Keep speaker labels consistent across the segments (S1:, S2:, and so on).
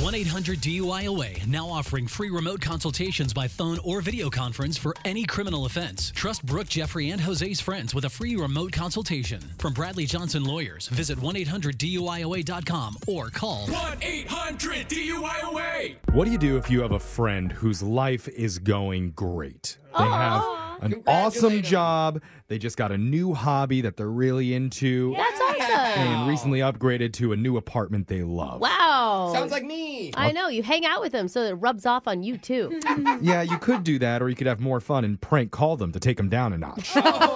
S1: 1 800 DUIOA now offering free remote consultations by phone or video conference for any criminal offense. Trust Brooke, Jeffrey, and Jose's friends with a free remote consultation. From Bradley Johnson Lawyers, visit 1 800 DUIOA.com or call
S2: 1 800 DUIOA.
S3: What do you do if you have a friend whose life is going great? They have an awesome job. They just got a new hobby that they're really into
S4: That's awesome.
S3: and recently upgraded to a new apartment they love.
S4: Wow.
S5: Sounds like me.
S4: I know. You hang out with them so it rubs off on you too.
S3: Yeah, you could do that or you could have more fun and prank call them to take them down a notch.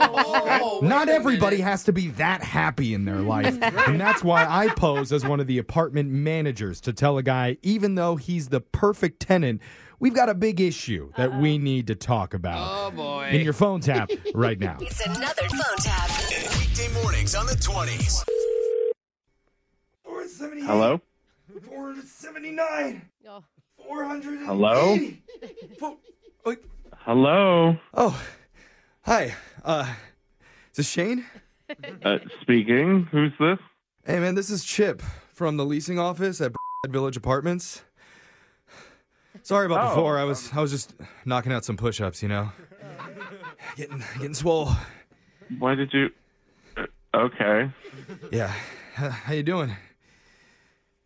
S5: Oh, wait
S3: Not
S5: a
S3: everybody
S5: minute.
S3: has to be that happy in their life. and that's why I pose as one of the apartment managers to tell a guy, even though he's the perfect tenant, we've got a big issue that we need to talk about.
S5: Uh-huh. Oh boy.
S3: In your phone tap right now.
S6: It's another phone tap.
S7: Weekday mornings on the 20s.
S8: Hello?
S5: 479.
S4: Oh.
S5: 400.
S8: Hello? Hello?
S3: Oh, hi. Uh, is this Shane?
S8: Uh, speaking. Who's this?
S3: Hey, man, this is Chip from the leasing office at Village Apartments. Sorry
S8: Oh,
S3: about before. I
S8: um,
S3: was I was just knocking out some push-ups, you know. Getting getting swole.
S8: Why did you? Uh, Okay.
S3: Yeah. H- How you doing?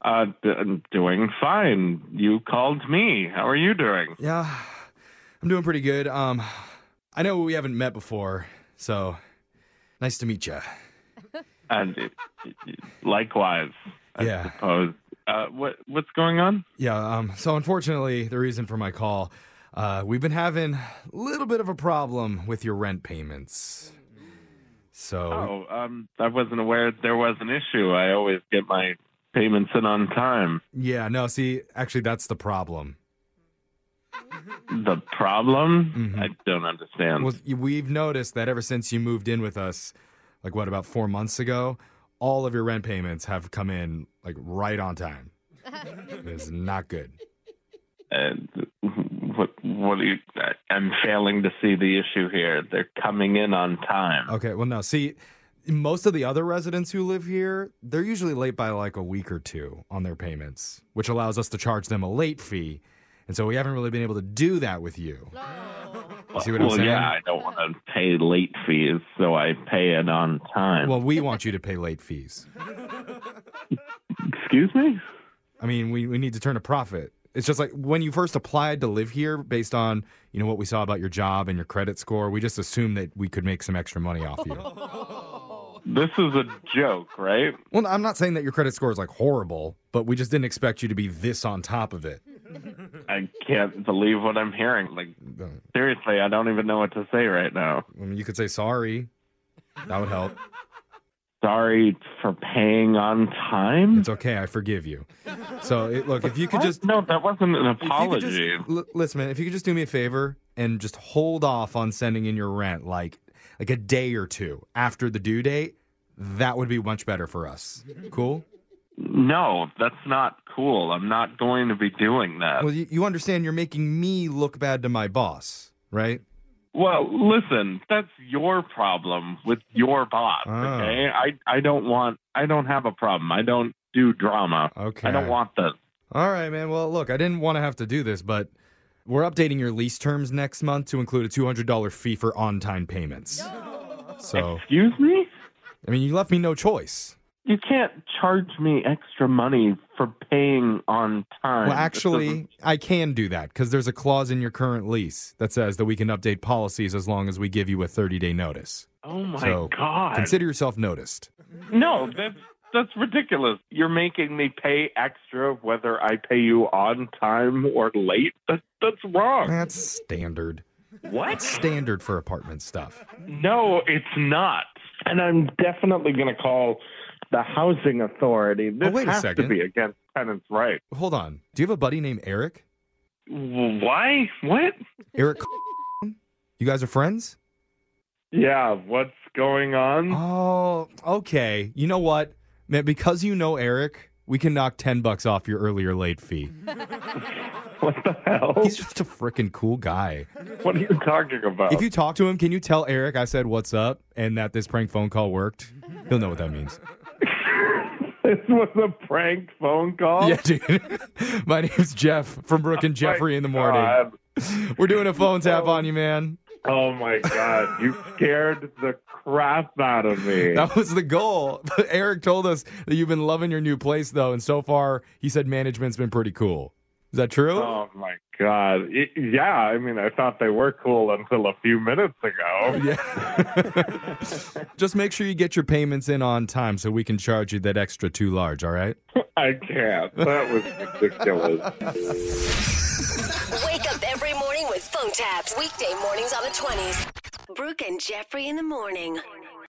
S8: Uh, d- I'm doing fine. You called me. How are you doing?
S3: Yeah. I'm doing pretty good. Um I know we haven't met before, so nice to meet you.
S8: And it- it- likewise, I
S3: Yeah.
S8: suppose. Uh, what what's going on?
S3: Yeah, um so unfortunately, the reason for my call, uh we've been having a little bit of a problem with your rent payments. So
S8: Oh, um, I wasn't aware there was an issue. I always get my payments in on time.
S3: yeah, no, see, actually that's the problem.
S8: The problem?
S3: Mhm.
S8: I don't understand.
S3: Well, we've noticed that ever since you moved in with us, like what about 4 months ago, all of your rent payments have come in like right on time. it's not good.
S8: and Uh, what what are you, I- I'm failing to see the issue here. They're coming in on time.
S3: Okay, well, no. See, most of the other residents who live here, they're usually late by like a week or two on their payments, which allows us to charge them a late fee. And so we haven't really been able to do that with you. You see what I'm
S8: well,
S3: saying?
S8: yeah, I don't want to pay late fees, so I pay it on time.
S3: Well, we want you to pay late fees.
S8: Excuse me?
S3: I mean, we, we need to turn a profit. It's just like when you first applied to live here, based on you know what we saw about your job and your credit score, we just assumed that we could make some extra money off you.
S8: This is a joke, right?
S3: Well, I'm not saying that your credit score is like horrible, but we just didn't expect you to be this on top of it.
S8: I can't believe what I'm hearing. Like, seriously, I don't even know what to say right now.
S3: I mean, you could say sorry. That would help.
S8: Sorry for paying on time?
S3: It's okay. I forgive you. So it, look, if you could just,
S8: No, that wasn't an
S3: if you could just-
S8: apology.
S3: l- listen, man. If you could just do me a favor and just hold off on sending in your rent, like like a day or two after the due date, that would be much better for us. Cool.
S8: No, that's not cool. I'm not going to be doing that.
S3: Well, you, you understand you're making me look bad to my boss, right?
S8: Well, listen, that's your problem with your boss,
S3: Oh.
S8: okay? I, I don't want, I don't have a problem. I don't do drama.
S3: Okay.
S8: I don't want this.
S3: All right, man. Well, look, I didn't want to have to do this, but we're updating your lease terms next month to include a $200 fee for on-time payments. So,
S8: Excuse me?
S3: I mean, you left me no choice.
S8: You can't charge me extra money for paying on time.
S3: Well,
S8: This
S3: actually,
S8: doesn't-
S3: I can do that because there's a clause in your current lease that says that we can update policies as long as we give you a 30 day notice.
S8: oh my
S3: so,
S8: God.
S3: Consider yourself noticed.
S8: no, that's, that's ridiculous. You're making me pay extra whether I pay you on time or late. That, that's wrong.
S3: That's standard.
S8: What?
S3: Standard for apartment stuff.
S8: No, it's not. And I'm definitely going to call the housing authority. This
S3: Oh, wait a
S8: has
S3: second.
S8: to be against tenants' rights.
S3: Hold on. Do you have a buddy named Eric?
S8: Why? What?
S3: Eric. you guys are friends?
S8: Yeah, what's going on?
S3: Oh, okay. You know what? Man, because you know Eric, we can knock 10 bucks off your earlier late fee.
S8: what the hell?
S3: He's just a freaking cool guy.
S8: What are you talking about?
S3: If you talk to him, can you tell Eric I said what's up and that this prank phone call worked? He'll know what that means.
S8: This was a prank phone call.
S3: Yeah, dude. My name's Jeff from Brooke and Jeffrey in the morning.
S8: God.
S3: We're doing a phone tap on you, man.
S8: Oh my god, you scared the crap out of me.
S3: That was the goal. But Eric told us that you've been loving your new place, though, and so far he said management's been pretty cool. Is that true?
S8: Oh my god. It- yeah, I mean, I thought they were cool until a few minutes ago.
S3: Yeah. Just make sure you get your payments in on time so we can charge you that extra too large, all right?
S8: I can't. That was ridiculous.
S6: Wake up every morning with phone taps. Weekday mornings on the 20s. Brooke and Jeffrey in the morning.